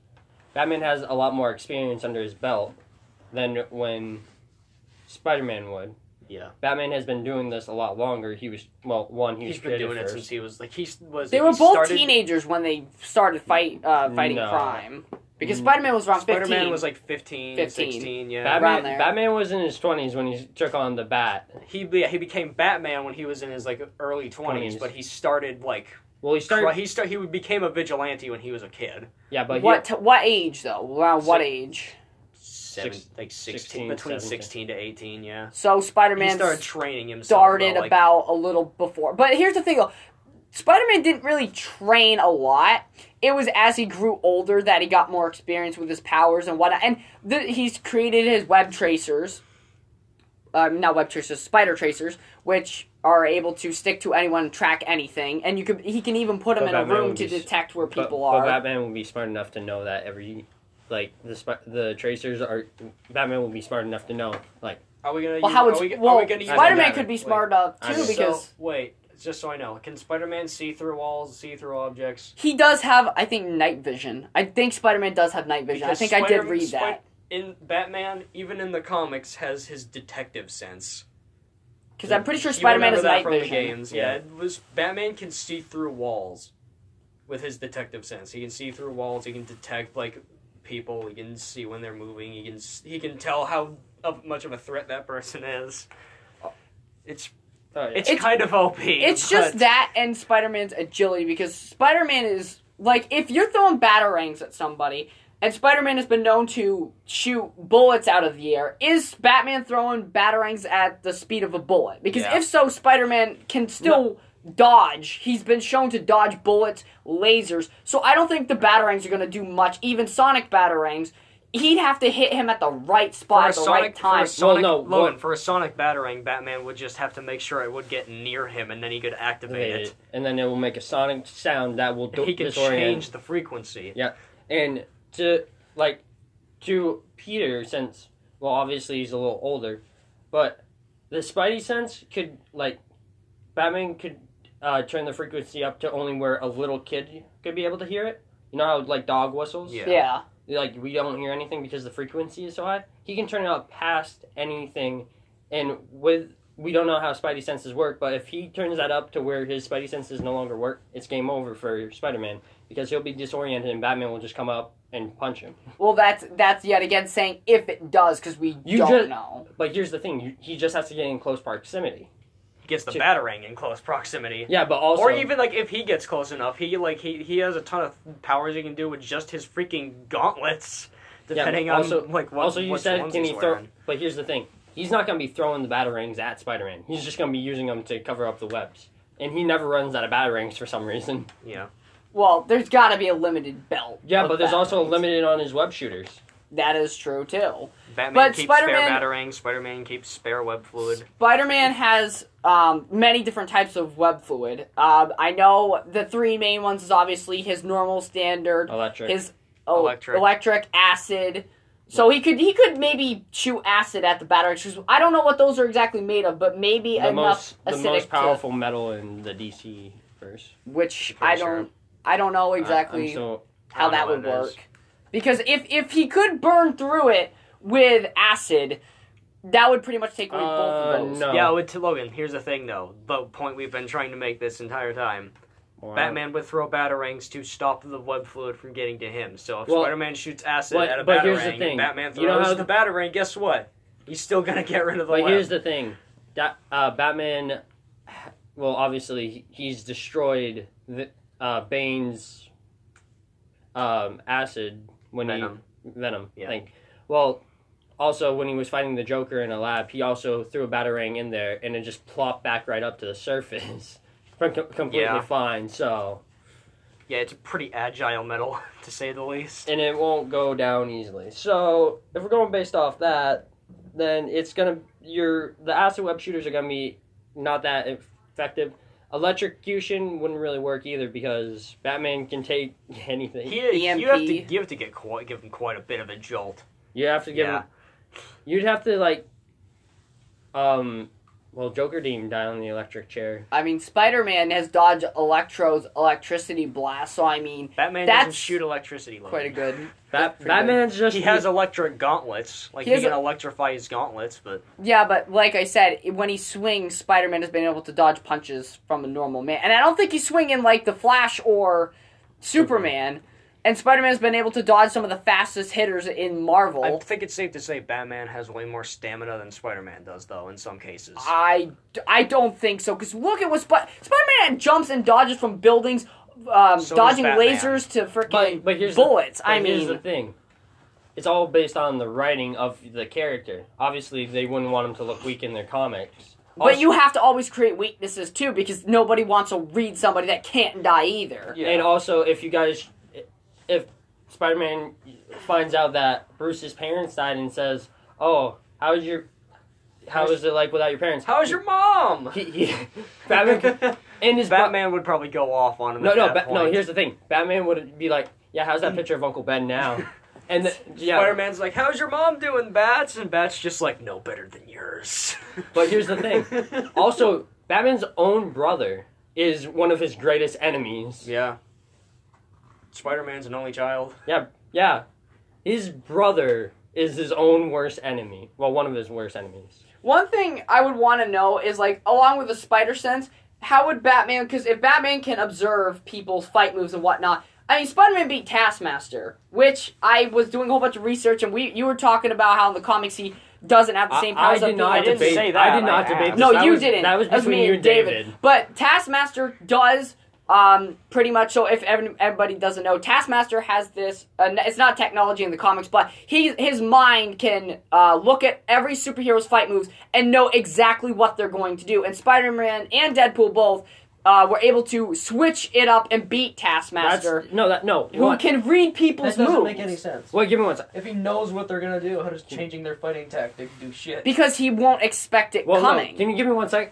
Speaker 3: Batman has a lot more experience under his belt than when Spider-Man would.
Speaker 1: Yeah.
Speaker 3: Batman has been doing this a lot longer. He was well, one he was
Speaker 1: he's been doing it
Speaker 3: first.
Speaker 1: since he was like he was
Speaker 2: they
Speaker 1: he
Speaker 2: were both
Speaker 1: started-
Speaker 2: teenagers when they started fight uh, fighting
Speaker 3: No.
Speaker 2: crime because
Speaker 3: Mm.
Speaker 2: Spider-Man was around
Speaker 1: spider-man
Speaker 2: 15.
Speaker 1: was uh, like 15,
Speaker 2: 15.
Speaker 1: 16 yeah
Speaker 2: Around
Speaker 3: Batman,
Speaker 2: there.
Speaker 3: Batman was in his twenties when he took on the bat.
Speaker 1: he yeah, he became batman when he was in his like early 20s.
Speaker 3: 20s.
Speaker 1: but he started like
Speaker 3: Well, he started.
Speaker 1: Well, he sta- he became a vigilante when he was a kid.
Speaker 3: yeah, but he-
Speaker 2: what what age though? Around what
Speaker 1: Six-
Speaker 2: age?
Speaker 1: Seven,
Speaker 3: Six-
Speaker 1: like 16,
Speaker 3: 16,
Speaker 1: between
Speaker 3: 17.
Speaker 1: 16 to 18, yeah.
Speaker 2: So
Speaker 1: he
Speaker 2: Spider-Man
Speaker 1: started training himself.
Speaker 2: started
Speaker 1: though, like,
Speaker 2: about a little before. But here's the thing though. Spider-Man didn't really train a lot. It was as he grew older that he got more experience with his powers and whatnot. And the, he's created his web tracers, um, not web tracers, spider tracers, which are able to stick to anyone and track anything. And you could he can even put them in
Speaker 3: But
Speaker 2: a
Speaker 3: Batman
Speaker 2: room
Speaker 3: would
Speaker 2: to
Speaker 3: be s-
Speaker 2: detect where
Speaker 3: But-
Speaker 2: people
Speaker 3: but,
Speaker 2: are.
Speaker 3: Batman will be smart enough to know that every, like the sp- the tracers are. Batman will be smart enough to know like
Speaker 1: Are we gonna?
Speaker 2: well,
Speaker 1: use,
Speaker 2: how
Speaker 1: are
Speaker 2: it's
Speaker 1: we,
Speaker 2: well,
Speaker 1: are we gonna use
Speaker 2: Spider-Man
Speaker 3: Batman?
Speaker 2: could be
Speaker 1: Wait.
Speaker 2: smart enough
Speaker 3: I
Speaker 2: too
Speaker 3: know.
Speaker 1: So,
Speaker 2: because
Speaker 1: wait, just so I know, can Spider-Man see through walls, see through objects?
Speaker 2: He does have, I think, night vision. I think Spider Man does have night vision.
Speaker 1: Because
Speaker 2: I think I did
Speaker 1: Spider-
Speaker 2: read
Speaker 1: Spi-
Speaker 2: that.
Speaker 1: In Batman, even in the comics, has his detective sense.
Speaker 2: Because I'm pretty sure
Speaker 1: You
Speaker 2: Spider Man
Speaker 1: remember that
Speaker 2: has night
Speaker 1: from
Speaker 2: vision.
Speaker 1: The games, yeah. It was Batman can see through walls with his detective sense. He can see through walls. He can detect like people. He can see when they're moving. He can s- he can tell how of much of a threat that person is. It's it's,
Speaker 2: It's-
Speaker 1: kind of OP.
Speaker 2: It's just
Speaker 1: but-
Speaker 2: that and Spider Man's agility because Spider Man is like if you're throwing batarangs at somebody and Spider Man has been known to shoot bullets out of the air, is Batman throwing batarangs at the speed of a bullet? Because
Speaker 1: Yeah.
Speaker 2: if so, Spider Man can still dodge. He's been shown to dodge bullets, lasers. So I don't think the batarangs are gonna do much. Even Sonic batarangs, he'd have to hit him at the right
Speaker 1: For
Speaker 2: spot
Speaker 1: a
Speaker 2: at the
Speaker 1: Sonic,
Speaker 2: right time.
Speaker 1: For a Sonic,
Speaker 3: no,
Speaker 1: Logan,
Speaker 3: what-
Speaker 1: for a Sonic battering, Batman would just have to make sure it would get near him, and then he could activate it.
Speaker 3: and then it will make a sonic sound that will do-
Speaker 1: He could
Speaker 3: disorient.
Speaker 1: change the frequency.
Speaker 3: And to like to Peter, since well, obviously he's a little older, but the Spidey sense could like Batman could uh, turn the frequency up to only where a little kid could be able to hear it. You know how like dog whistles?
Speaker 1: Yeah.
Speaker 2: Yeah.
Speaker 3: Like we don't hear anything because the frequency is so high. He can turn it up past anything, and with we don't know how Spidey senses work, but if he turns that up to where his Spidey senses no longer work, it's game over for Spider-Man because he'll be disoriented and Batman will just come up and punch him.
Speaker 2: Well, that's that's yet again saying if it does, because we
Speaker 3: You
Speaker 2: don't
Speaker 3: just-
Speaker 2: know.
Speaker 3: But here's the thing: you, he just has to get in close proximity.
Speaker 1: Gets the
Speaker 3: Two.
Speaker 1: batarang in close proximity.
Speaker 3: Yeah, but also
Speaker 1: or even like if he gets close enough, he like he he has a ton of powers he can do with just his freaking gauntlets.
Speaker 3: Yeah,
Speaker 1: Depending
Speaker 3: also-
Speaker 1: on like what.
Speaker 3: also you
Speaker 1: which
Speaker 3: said
Speaker 1: ones
Speaker 3: can
Speaker 1: he's
Speaker 3: he throw?
Speaker 1: wearing.
Speaker 3: But here's the thing: he's not going to be throwing the batarangs at Spider-Man. He's just going to be using them to cover up the webs. And he never runs out of batarangs for some reason.
Speaker 1: Yeah.
Speaker 2: Well, there's got to be a limited belt.
Speaker 3: Yeah,
Speaker 2: of
Speaker 3: but there's
Speaker 2: that.
Speaker 3: also a limited on his web shooters.
Speaker 2: That is true too.
Speaker 1: Batman
Speaker 2: But
Speaker 1: keeps
Speaker 2: Spider-Man-
Speaker 1: spare batarang. Spider-Man keeps spare web fluid.
Speaker 2: Spider-Man has um, many different types of web fluid. Um, I know the three main ones is obviously his normal standard,
Speaker 3: Electric.
Speaker 2: his oh,
Speaker 1: Electric.
Speaker 2: electric acid. So he could he could maybe shoot acid at the battery. 'cause I don't know what those are exactly made of, but maybe
Speaker 3: the
Speaker 2: enough
Speaker 3: most the
Speaker 2: acidic
Speaker 3: most
Speaker 2: to-
Speaker 3: powerful metal in the DC verse.
Speaker 2: which
Speaker 1: Pretty
Speaker 2: I
Speaker 1: sure.
Speaker 2: don't I don't know
Speaker 3: I- I'm
Speaker 2: exactly.
Speaker 3: still-
Speaker 2: how
Speaker 1: I
Speaker 2: that
Speaker 1: don't
Speaker 2: would
Speaker 1: know what it
Speaker 2: work.
Speaker 1: is.
Speaker 2: Because if if he could burn through it with acid, that would pretty much take away both
Speaker 3: Uh,
Speaker 2: of those.
Speaker 3: no.
Speaker 1: Yeah, with Logan. Here's the thing, though. The point we've been trying to make this entire time.
Speaker 3: Wow.
Speaker 1: Batman would throw batarangs to stop the web fluid from getting to him. So if
Speaker 3: Well-
Speaker 1: Spider-Man shoots acid
Speaker 3: But-
Speaker 1: at a
Speaker 3: but
Speaker 1: batarang,
Speaker 3: here's the thing.
Speaker 1: and Batman throws
Speaker 3: You know how
Speaker 1: the batarang. Guess what? He's still gonna get rid of the
Speaker 3: But
Speaker 1: web.
Speaker 3: here's the thing: that uh, Batman, well, obviously he- he's destroyed the, uh, Bane's um, acid when
Speaker 1: Venom.
Speaker 3: he venom.
Speaker 1: Yeah.
Speaker 3: Thing. Well, also when he was fighting the Joker in a lab, he also threw a batarang in there, and it just plopped back right up to the surface, <laughs> from com- completely
Speaker 1: Yeah.
Speaker 3: fine. So,
Speaker 1: yeah, it's a pretty agile metal, <laughs> to say the least.
Speaker 3: and it won't go down easily. So, if we're going based off that, then it's gonna your the acid web shooters are gonna be not that effective. Electrocution wouldn't really work either because Batman can take <laughs> anything.
Speaker 1: He, you have to
Speaker 2: EMP.
Speaker 1: you have to get quite, give him quite a bit of a jolt.
Speaker 3: you have to give
Speaker 1: Yeah.
Speaker 3: him. You'd have to like, um, well, Joker didn't die on the electric chair.
Speaker 2: I mean, Spider-Man has dodged Electro's electricity blast, so I mean,
Speaker 1: Batman doesn't
Speaker 2: That's
Speaker 1: shoot electricity. Logan.
Speaker 2: quite a good.
Speaker 3: Bat-
Speaker 2: pretty good.
Speaker 3: Batman's just
Speaker 1: He has electric gauntlets. Like
Speaker 2: He
Speaker 1: he,
Speaker 2: has
Speaker 1: can
Speaker 2: a-
Speaker 1: electrify his gauntlets, but
Speaker 2: Yeah, but like I said, when he swings, Spider-Man has been able to dodge punches from a normal man, and I don't think he's swinging like the Flash or Superman. And Spider-Man has been able to dodge some of the fastest hitters in Marvel.
Speaker 1: I think it's safe to say Batman has way more stamina than Spider-Man does, though. In some cases,
Speaker 2: I, I don't think so. Because look at what Sp- Spider Man jumps and dodges from buildings, um,
Speaker 1: So does
Speaker 2: dodging
Speaker 1: Batman.
Speaker 2: lasers to freaking
Speaker 3: But, but here's
Speaker 2: bullets.
Speaker 3: The,
Speaker 2: I
Speaker 3: but here's the
Speaker 2: mean,
Speaker 3: thing. It's all based on the writing of the character. Obviously, they wouldn't want him to look weak in their comics.
Speaker 2: but you have to always create weaknesses too, because nobody wants to read somebody that can't die either.
Speaker 1: Yeah.
Speaker 3: And also, if you guys, if Spider-Man finds out that Bruce's parents died and says, "Oh, how is your, how is it like without your parents?"
Speaker 1: how's your mom?
Speaker 3: He, he, <laughs>
Speaker 1: <laughs>
Speaker 3: Batman and his
Speaker 1: Batman would probably go off on him.
Speaker 3: No,
Speaker 1: at
Speaker 3: no,
Speaker 1: that
Speaker 3: ba- no.
Speaker 1: point.
Speaker 3: Here's the thing: Batman would be like, "Yeah,
Speaker 1: <laughs>
Speaker 3: how's that picture of Uncle Ben now?" And the, yeah,
Speaker 1: Spider-Man's like, "How's your mom doing, Bats?" And Bats just like, "No better than yours."
Speaker 3: <laughs> But here's the thing.
Speaker 1: <laughs>
Speaker 3: also, Batman's own brother is one of his greatest enemies.
Speaker 1: yeah, Spider-Man's an only child.
Speaker 3: Yeah. His brother is his own worst enemy. Well, one of his worst enemies.
Speaker 2: One thing I would want to know is like, along with the spider sense, how would Batman? Because if Batman can observe people's fight moves and whatnot, I mean, Spider Man beat Taskmaster, which I was doing a whole bunch of research, and we you were talking about how in the comics he doesn't have the same powers. of being-
Speaker 1: I didn't
Speaker 3: debate.
Speaker 1: say
Speaker 3: I
Speaker 1: that,
Speaker 3: did not
Speaker 1: I
Speaker 3: debate.
Speaker 1: asked.
Speaker 3: This.
Speaker 2: No,
Speaker 3: That
Speaker 2: you
Speaker 3: was-
Speaker 2: didn't.
Speaker 3: That was
Speaker 2: That
Speaker 3: between
Speaker 2: me
Speaker 3: you and David.
Speaker 2: But Taskmaster does um, pretty much. So if ev- everybody doesn't know, Taskmaster has this. Uh, n- it's not technology in the comics, but he his mind can uh, look at every superhero's fight moves and know exactly what they're going to do. And Spider Man and Deadpool both uh, were able to switch it up and beat
Speaker 3: That's,
Speaker 2: Taskmaster,
Speaker 3: no, that no.
Speaker 2: who
Speaker 3: What?
Speaker 2: can read people's
Speaker 5: That doesn't
Speaker 2: moves.
Speaker 5: make any sense.
Speaker 3: Wait, give me one sec.
Speaker 5: If he knows what they're gonna do, how does changing their fighting tactic do shit?
Speaker 2: because he won't expect it
Speaker 3: Well, no,
Speaker 2: coming.
Speaker 3: Can you give me one sec?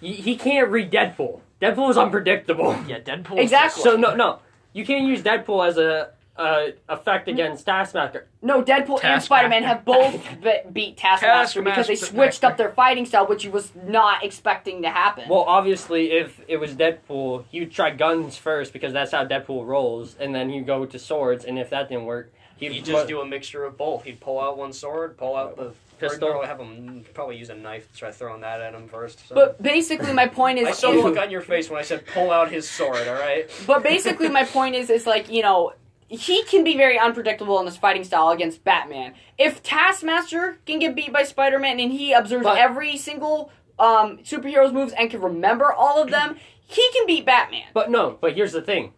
Speaker 3: He, he can't
Speaker 2: <laughs>
Speaker 3: read Deadpool. Deadpool is unpredictable.
Speaker 1: Yeah, Deadpool.
Speaker 2: Exactly.
Speaker 3: So no, no. You can't use Deadpool as a uh, effect
Speaker 2: Hmm.
Speaker 3: against Taskmaster.
Speaker 2: No, Deadpool and
Speaker 6: Taskmaster.
Speaker 2: Spider Man have both be- beat Taskmaster, because they
Speaker 6: Taskmaster.
Speaker 2: switched up their fighting style, which you was not expecting to happen.
Speaker 3: Well, obviously, if it was Deadpool, he'd try guns first because that's how Deadpool rolls, and then he'd go to swords. And if that didn't work, he'd,
Speaker 1: He'd just
Speaker 3: put-
Speaker 1: do a mixture of both. He'd pull out one sword, pull out the
Speaker 3: Pistol.
Speaker 1: Or have him probably use a knife. Try throwing that at him first. So.
Speaker 2: but basically, my point is.
Speaker 1: I saw the
Speaker 2: if-
Speaker 1: look on your face when I said pull out his sword. All right.
Speaker 2: But basically, my point is, is like you know, he can be very unpredictable in his fighting style against Batman. If Taskmaster can get beat by Spider Man and he observes
Speaker 3: But-
Speaker 2: every single um, superhero's moves and can remember all of them, he can beat Batman.
Speaker 3: But no, but here's the thing.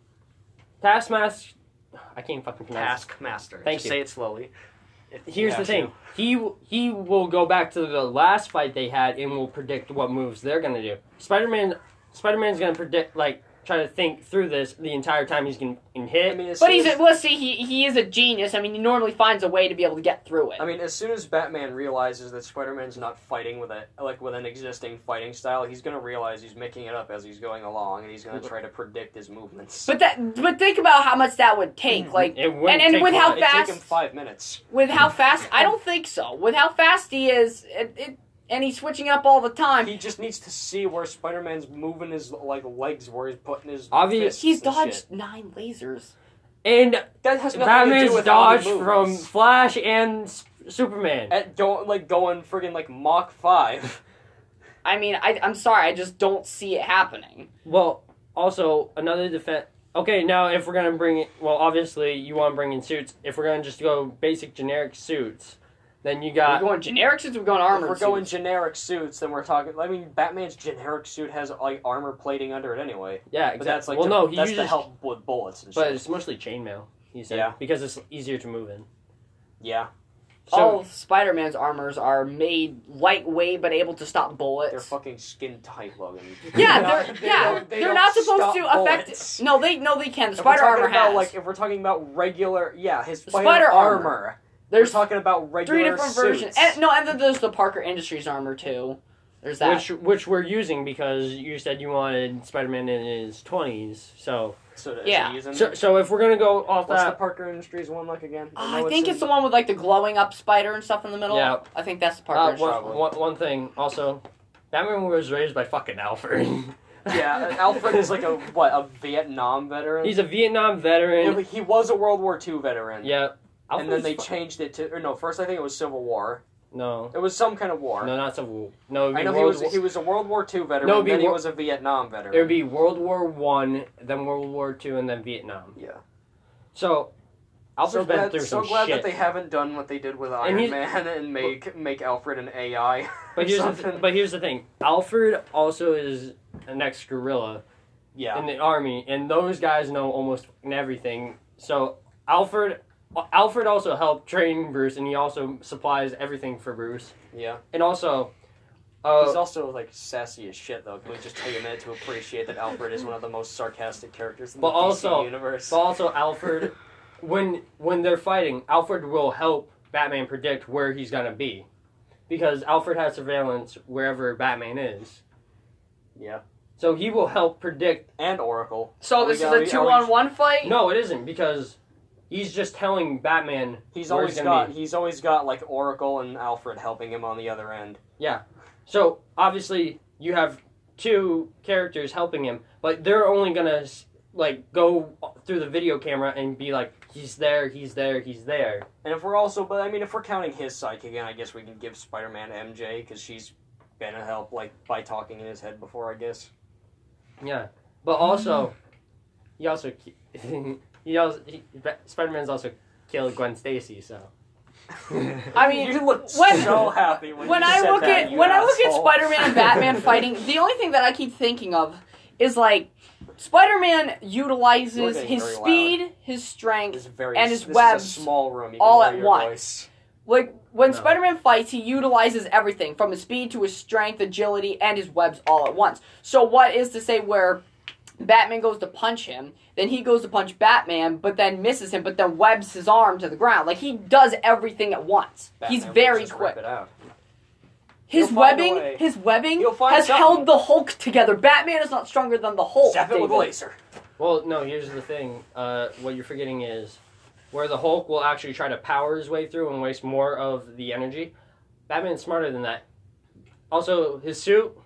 Speaker 3: Taskmaster. I can't fucking pronounce.
Speaker 1: Taskmaster.
Speaker 3: Thank
Speaker 1: Just
Speaker 3: you.
Speaker 1: Say it slowly. If you
Speaker 3: Here's the
Speaker 1: have
Speaker 3: thing.
Speaker 1: to.
Speaker 3: He he will go back to the last fight they had and will predict what moves they're gonna do. Spider Man. Spider Man's gonna predict like try to think through this the entire time he's gonna and hit.
Speaker 1: I mean, as
Speaker 2: But
Speaker 1: soon
Speaker 2: he's
Speaker 1: as-
Speaker 2: a, well, see, he he is a genius. I mean, he normally finds a way to be able to get through it.
Speaker 1: I mean, as soon as Batman realizes that Spider-Man's not fighting with a like with an existing fighting style, he's gonna realize he's making it up as he's going along, and he's gonna try to predict his movements. <laughs>
Speaker 2: but that, but think about how much that would take.
Speaker 1: Mm-hmm.
Speaker 2: Like,
Speaker 3: it
Speaker 2: and and with how
Speaker 1: It'd take
Speaker 2: fast
Speaker 1: him five minutes.
Speaker 2: with how fast, I don't think so. With how fast he is, it, it, and he's switching up all the time.
Speaker 1: He just needs to see where Spider-Man's moving his like legs, where he's putting his.
Speaker 3: Obvious-
Speaker 1: fists
Speaker 2: He's
Speaker 1: and
Speaker 2: dodged
Speaker 1: shit.
Speaker 2: nine lasers.
Speaker 3: and
Speaker 1: That has nothing to do
Speaker 3: Batman's
Speaker 1: with how he
Speaker 3: dodge from
Speaker 1: moves.
Speaker 3: Flash and S- Superman.
Speaker 1: at go, like going friggin' like Mach <laughs> five.
Speaker 2: I mean, I, I'm sorry, I just don't see it happening.
Speaker 3: Well, also another defense. Okay, now if we're gonna bring it, well, obviously you want to bring in suits. If we're gonna just go basic generic suits, then you
Speaker 2: We're
Speaker 3: got
Speaker 2: going generic suits, we're going
Speaker 1: If
Speaker 2: armored
Speaker 1: we're going
Speaker 2: suits.
Speaker 1: generic suits, then we're talking. I mean, Batman's generic suit has like armor plating under it anyway.
Speaker 3: yeah, exactly.
Speaker 1: But that's like
Speaker 3: well,
Speaker 1: to,
Speaker 3: no, he
Speaker 1: that's
Speaker 3: uses
Speaker 1: to help with bullets and
Speaker 3: but
Speaker 1: shit.
Speaker 3: it's mostly chainmail. He said
Speaker 1: Yeah.
Speaker 3: because it's easier to move in.
Speaker 1: Yeah,
Speaker 3: So
Speaker 2: All of Spider-Man's armors are made lightweight but able to stop
Speaker 1: they're
Speaker 2: bullets.
Speaker 1: fucking skin tight, Logan. They're
Speaker 2: yeah, they're,
Speaker 1: not-
Speaker 2: yeah,
Speaker 1: don't- they
Speaker 2: are
Speaker 1: don't
Speaker 2: not supposed
Speaker 1: stop
Speaker 2: to affect.
Speaker 1: bullets.
Speaker 2: No, they no they can. The
Speaker 1: If we're
Speaker 2: spider
Speaker 1: talking
Speaker 2: armor
Speaker 1: about
Speaker 2: has.
Speaker 1: like if we're talking about regular, yeah, his spider,
Speaker 2: Spider armor.
Speaker 1: armor. We're
Speaker 2: there's
Speaker 1: talking about regular
Speaker 2: three different
Speaker 1: suits.
Speaker 2: versions. And, no, and then there's the Parker Industries armor too. There's that.
Speaker 3: which which we're using because you said you wanted Spider-Man in his twenties. So
Speaker 1: So, does
Speaker 2: Yeah.
Speaker 1: he use them?
Speaker 3: so uh, so if we're gonna go off
Speaker 1: what's the
Speaker 3: that,
Speaker 1: Parker Industries one like again?
Speaker 2: Uh, I
Speaker 1: know
Speaker 2: think
Speaker 1: in-
Speaker 2: it's the one with like the glowing up spider and stuff in the middle.
Speaker 3: Yeah.
Speaker 2: I think that's the Parker
Speaker 3: uh,
Speaker 2: Industries.
Speaker 3: one,
Speaker 1: probably.
Speaker 3: one, one thing also, Batman was raised by fucking Alfred.
Speaker 1: <laughs>
Speaker 3: <laughs>
Speaker 1: Yeah, Alfred is like a what a Vietnam veteran.
Speaker 3: He's a Vietnam veteran.
Speaker 1: No, he was a World War II veteran.
Speaker 3: Yeah.
Speaker 1: and then they
Speaker 3: Alfred's fu-
Speaker 1: changed it to or no, first I think it was Civil War.
Speaker 3: No.
Speaker 1: It was some kind of war.
Speaker 3: No, not Civil War. No, it'd be
Speaker 1: I know he
Speaker 3: World
Speaker 1: was
Speaker 3: War-
Speaker 1: he was a World War II veteran.
Speaker 3: No, it'd
Speaker 1: and
Speaker 3: be
Speaker 1: then he
Speaker 3: Wor-
Speaker 1: was a Vietnam veteran.
Speaker 3: it would be World War One, then World War Two, and then Vietnam.
Speaker 1: Yeah. so
Speaker 3: So Alfred's been
Speaker 1: glad,
Speaker 3: through
Speaker 1: so
Speaker 3: some
Speaker 1: glad
Speaker 3: shit.
Speaker 1: that they haven't done what they did with Iron
Speaker 3: he's-
Speaker 1: Man and make make Alfred an AI. <laughs> or
Speaker 3: but here's the
Speaker 1: something.
Speaker 3: th- but here's the thing. Alfred also is an ex guerrilla
Speaker 1: yeah,
Speaker 3: in the army, and those guys know almost fucking everything. So Alfred. Alfred also helped train Bruce, and he also supplies everything for Bruce.
Speaker 1: yeah.
Speaker 3: And also, uh,
Speaker 1: He's also like sassy as shit though. Can we just take a minute to appreciate that Alfred is one of the most sarcastic characters in
Speaker 3: But
Speaker 1: the DC
Speaker 3: also-
Speaker 1: universe?
Speaker 3: But also Alfred, when when they're fighting, Alfred will help Batman predict where he's gonna be, because Alfred has surveillance wherever Batman is.
Speaker 1: Yeah.
Speaker 3: So he will help predict.
Speaker 1: and Oracle.
Speaker 2: So
Speaker 1: Are we
Speaker 2: this is
Speaker 1: gonna
Speaker 2: a
Speaker 1: be-
Speaker 2: two
Speaker 1: are we-
Speaker 2: on one fight.
Speaker 3: No, it isn't because he's just telling Batman.
Speaker 1: He's
Speaker 3: where
Speaker 1: always
Speaker 3: he's gonna
Speaker 1: got he's always got like Oracle and Alfred helping him on the other end.
Speaker 3: So obviously you have two characters helping him, but they're only gonna s- like go through the video camera and be like, he's there, he's there, he's there.
Speaker 1: And if we're also, but I mean, if we're counting his psychic, again, I guess we can give Spider-Man MJ because she's been a help like by talking in his head before, I guess.
Speaker 3: Yeah,
Speaker 1: Mm-hmm.
Speaker 3: but also, he also ki- <laughs> he also he, Spider Man's also killed Gwen Stacy. So
Speaker 1: <laughs>
Speaker 2: I mean,
Speaker 1: you look
Speaker 2: when-
Speaker 1: so happy when,
Speaker 2: When
Speaker 1: you
Speaker 2: I
Speaker 1: said
Speaker 2: look
Speaker 1: that,
Speaker 2: at
Speaker 1: you
Speaker 2: when I look at
Speaker 1: asshole.
Speaker 2: Spider-Man
Speaker 1: <laughs>
Speaker 2: and Batman fighting, the only thing that I keep thinking of is like Spider-Man
Speaker 1: You're
Speaker 2: utilizes
Speaker 1: getting
Speaker 2: his
Speaker 1: very loud.
Speaker 2: speed, his
Speaker 1: It's
Speaker 2: strength.
Speaker 1: very,
Speaker 2: and his
Speaker 1: this is a
Speaker 2: webs
Speaker 1: small room, you can
Speaker 2: all
Speaker 1: lower
Speaker 2: at
Speaker 1: your
Speaker 2: once.
Speaker 1: voice.
Speaker 2: Like when
Speaker 3: No.
Speaker 2: Spider-Man fights, he utilizes everything from his speed to his strength, agility, and his webs all at once. So what is to say where Batman goes to punch him, then he goes to punch Batman, but then misses him, but then webs his arm to the ground. Like he does everything at once. He's
Speaker 1: Batman would
Speaker 2: very
Speaker 1: just rip
Speaker 2: quick.
Speaker 1: It out.
Speaker 2: His
Speaker 1: You'll find a
Speaker 2: webbing,
Speaker 1: way.
Speaker 2: his webbing
Speaker 1: You'll find
Speaker 2: has
Speaker 1: something.
Speaker 2: held the Hulk together. Batman is not
Speaker 3: Oh,
Speaker 2: stronger than the Hulk.
Speaker 3: <laughs>
Speaker 1: Zap it with a
Speaker 2: David.
Speaker 1: laser.
Speaker 3: well, no. Here's the thing. Uh, what you're forgetting is where the Hulk will actually try to power his way through and waste more of the energy. Batman's smarter than that. Also, his suit,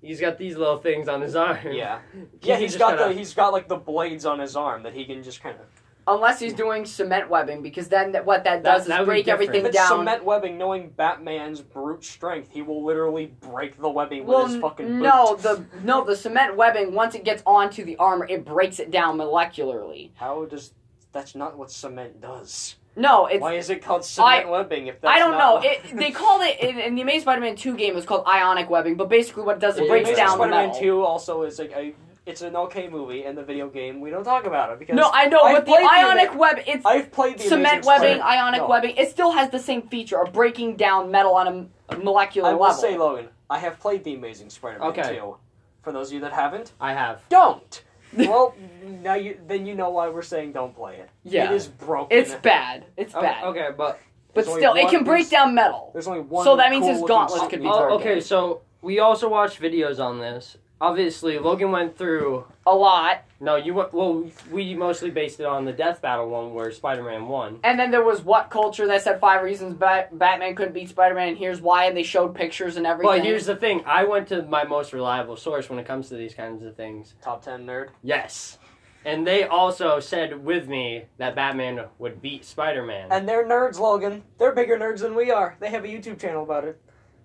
Speaker 3: he's got these little things on his arm.
Speaker 1: Yeah,
Speaker 3: <laughs> He
Speaker 1: yeah.
Speaker 3: can
Speaker 1: He's
Speaker 3: just
Speaker 1: got the
Speaker 3: kinda-
Speaker 1: he's got like the blades on his arm that he can just kind of.
Speaker 2: Unless he's doing cement webbing, because then that, what that
Speaker 3: That-
Speaker 2: does is
Speaker 3: that would be
Speaker 2: break
Speaker 3: different.
Speaker 2: everything
Speaker 1: But
Speaker 2: down.
Speaker 1: cement webbing, knowing Batman's brute strength, he will literally break the webbing
Speaker 2: well,
Speaker 1: with his fucking
Speaker 2: no,
Speaker 1: boot.
Speaker 2: the no, the cement webbing once it gets onto the armor, it breaks it down molecularly.
Speaker 1: How does that's not what cement does?
Speaker 2: No, it's
Speaker 1: Why is it called cement webbing? If that's
Speaker 2: I don't
Speaker 1: not
Speaker 2: know.
Speaker 1: what-
Speaker 2: It,
Speaker 1: <laughs>
Speaker 2: they called it in, in the Amazing Spider-Man Two game. It was called ionic webbing, but basically what it does, it,
Speaker 3: It
Speaker 2: breaks
Speaker 3: is.
Speaker 2: down the
Speaker 1: Spider-Man
Speaker 2: metal.
Speaker 1: Two also is like a, it's an okay movie, and the video game we don't talk about it because
Speaker 2: No, I know.
Speaker 1: I've
Speaker 2: with the
Speaker 1: played the
Speaker 2: ionic
Speaker 1: Ama-
Speaker 2: web, it's
Speaker 1: I've played the
Speaker 2: cement
Speaker 1: Amazing
Speaker 2: webbing,
Speaker 1: Spider-
Speaker 2: ionic
Speaker 1: No.
Speaker 2: webbing. It still has the same feature of breaking down metal on a m- a molecular
Speaker 1: I will
Speaker 2: level.
Speaker 1: say, Logan, I have played the Amazing Spider-Man
Speaker 3: Okay.
Speaker 1: Two. For those of you that haven't,
Speaker 3: I have.
Speaker 2: <laughs>
Speaker 1: don't. well, now you then you know why we're saying don't play it.
Speaker 3: Yeah.
Speaker 1: it is broken.
Speaker 2: it's bad. It's bad.
Speaker 3: Oh, Okay, okay, but
Speaker 2: But
Speaker 1: There's only
Speaker 2: still, it
Speaker 1: one
Speaker 2: can break
Speaker 1: piece-
Speaker 2: down metal.
Speaker 1: There's only one.
Speaker 2: So that means
Speaker 1: cool
Speaker 2: his
Speaker 1: looking
Speaker 2: gauntlets
Speaker 1: suit
Speaker 2: could be
Speaker 1: in
Speaker 2: Oh,
Speaker 1: the
Speaker 2: dark.
Speaker 1: game.
Speaker 3: okay, so we also watched videos on this. Obviously, Logan went through.
Speaker 2: A lot.
Speaker 3: No, you went. Well, we mostly based it on the Death Battle one where Spider Man won.
Speaker 2: And then there was what culture that said five reasons Bat- Batman couldn't beat Spider-Man, and here's why, and they showed pictures and everything.
Speaker 3: But here's the thing I went to my most reliable source when it comes to these kinds of things.
Speaker 2: Oh,
Speaker 1: Top ten nerd.
Speaker 3: Yes. And they also said with me that Batman would beat Spider Man.
Speaker 1: And they're nerds, Logan. They're bigger nerds than we are. They have a YouTube channel about it.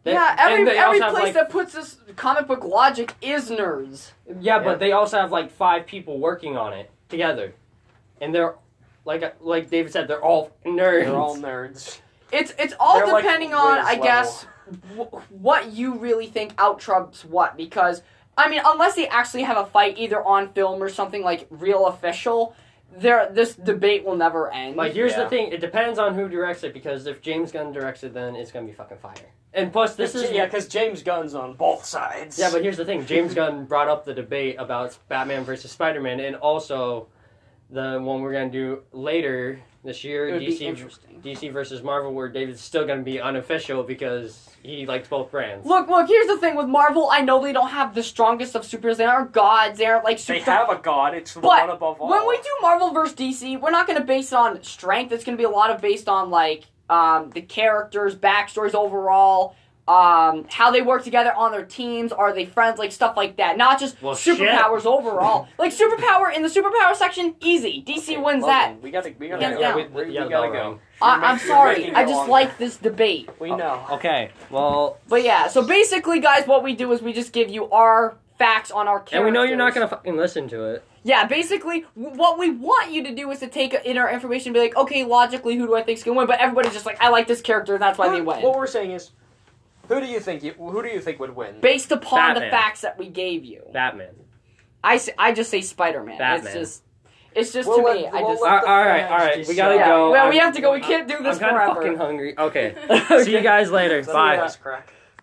Speaker 2: yeah, every every place that puts this comic book logic is nerds.
Speaker 3: Yeah,
Speaker 1: Yeah.
Speaker 3: but they also have like five people working on it together, and they're like like David said, they're all nerds.
Speaker 1: They're all nerds.
Speaker 2: It's it's all
Speaker 1: They're like
Speaker 2: depending on,
Speaker 1: Wiz
Speaker 2: I
Speaker 1: level.
Speaker 2: guess, w- what you really think out trumps what. Because I mean, unless they actually have a fight either on film or something like real official, there this debate will never end.
Speaker 3: <laughs> like here's
Speaker 1: Yeah.
Speaker 3: the thing: it depends on who directs it because if James Gunn directs it, then it's gonna be fucking fire. And plus, this is
Speaker 1: yeah, because James Gunn's on both sides.
Speaker 3: Yeah, but here's the thing: James Gunn brought up the debate about Batman versus Spider Man, and also the one we're gonna do later this year,
Speaker 2: it would be
Speaker 3: DC
Speaker 2: interesting.
Speaker 3: DC versus Marvel, where David's still gonna be unofficial because he likes both brands.
Speaker 2: Look, look. Here's the thing with Marvel. I know they don't have the strongest of superheroes. They aren't gods. They aren't like super.
Speaker 1: they have a god. It's the
Speaker 2: But
Speaker 1: one above all.
Speaker 2: when we do Marvel versus DC, we're not going to base it on strength. It's going to be a lot of based on like um, the characters, backstories overall, um, how they work together on their teams. Are they friends? Like stuff like that. Not just
Speaker 3: Well, shit.
Speaker 2: superpowers
Speaker 3: <laughs>
Speaker 2: overall. like superpower in the superpower section, easy. DC
Speaker 1: Okay,
Speaker 2: wins
Speaker 1: Logan,
Speaker 2: that.
Speaker 1: We gotta, we gotta
Speaker 2: Yeah,
Speaker 1: go.
Speaker 2: yeah.
Speaker 1: We, we gotta
Speaker 3: bell
Speaker 1: go.
Speaker 3: rang.
Speaker 2: I- I'm
Speaker 1: making- you're
Speaker 2: sorry.
Speaker 1: making
Speaker 2: I
Speaker 1: it
Speaker 2: just
Speaker 1: longer.
Speaker 2: like this debate.
Speaker 1: We know.
Speaker 3: Okay, well,
Speaker 2: But yeah, so basically, guys, what we do is we just give you our facts on our characters.
Speaker 3: and we know you're not gonna fucking listen to it.
Speaker 2: Yeah, basically, w- what we want you to do is to take in our information and be like, okay, logically, who do I think's gonna win? But everybody's just like, I like this character, and that's why they
Speaker 1: What-
Speaker 2: win.
Speaker 1: What we're saying is, who do you think you, who do you think would win?
Speaker 2: Based upon the
Speaker 3: Batman.
Speaker 2: facts that we gave you,
Speaker 3: Batman.
Speaker 2: I, s- I just say Spider Man. It's
Speaker 3: Batman.
Speaker 2: just, it's just
Speaker 1: We'll
Speaker 2: to
Speaker 1: let-
Speaker 2: me. I
Speaker 1: we'll
Speaker 2: just.
Speaker 1: let
Speaker 3: All
Speaker 1: the
Speaker 3: right,
Speaker 1: fans
Speaker 3: all right, we gotta
Speaker 1: decide.
Speaker 2: yeah.
Speaker 3: go.
Speaker 2: Well,
Speaker 3: I'm-
Speaker 2: we have to go. We can't do this
Speaker 3: I'm kind
Speaker 2: <laughs>
Speaker 3: of
Speaker 2: forever.
Speaker 3: fucking hungry. Okay,
Speaker 2: Okay.
Speaker 3: see you guys later.
Speaker 1: That's the
Speaker 3: Bye.
Speaker 1: last crack.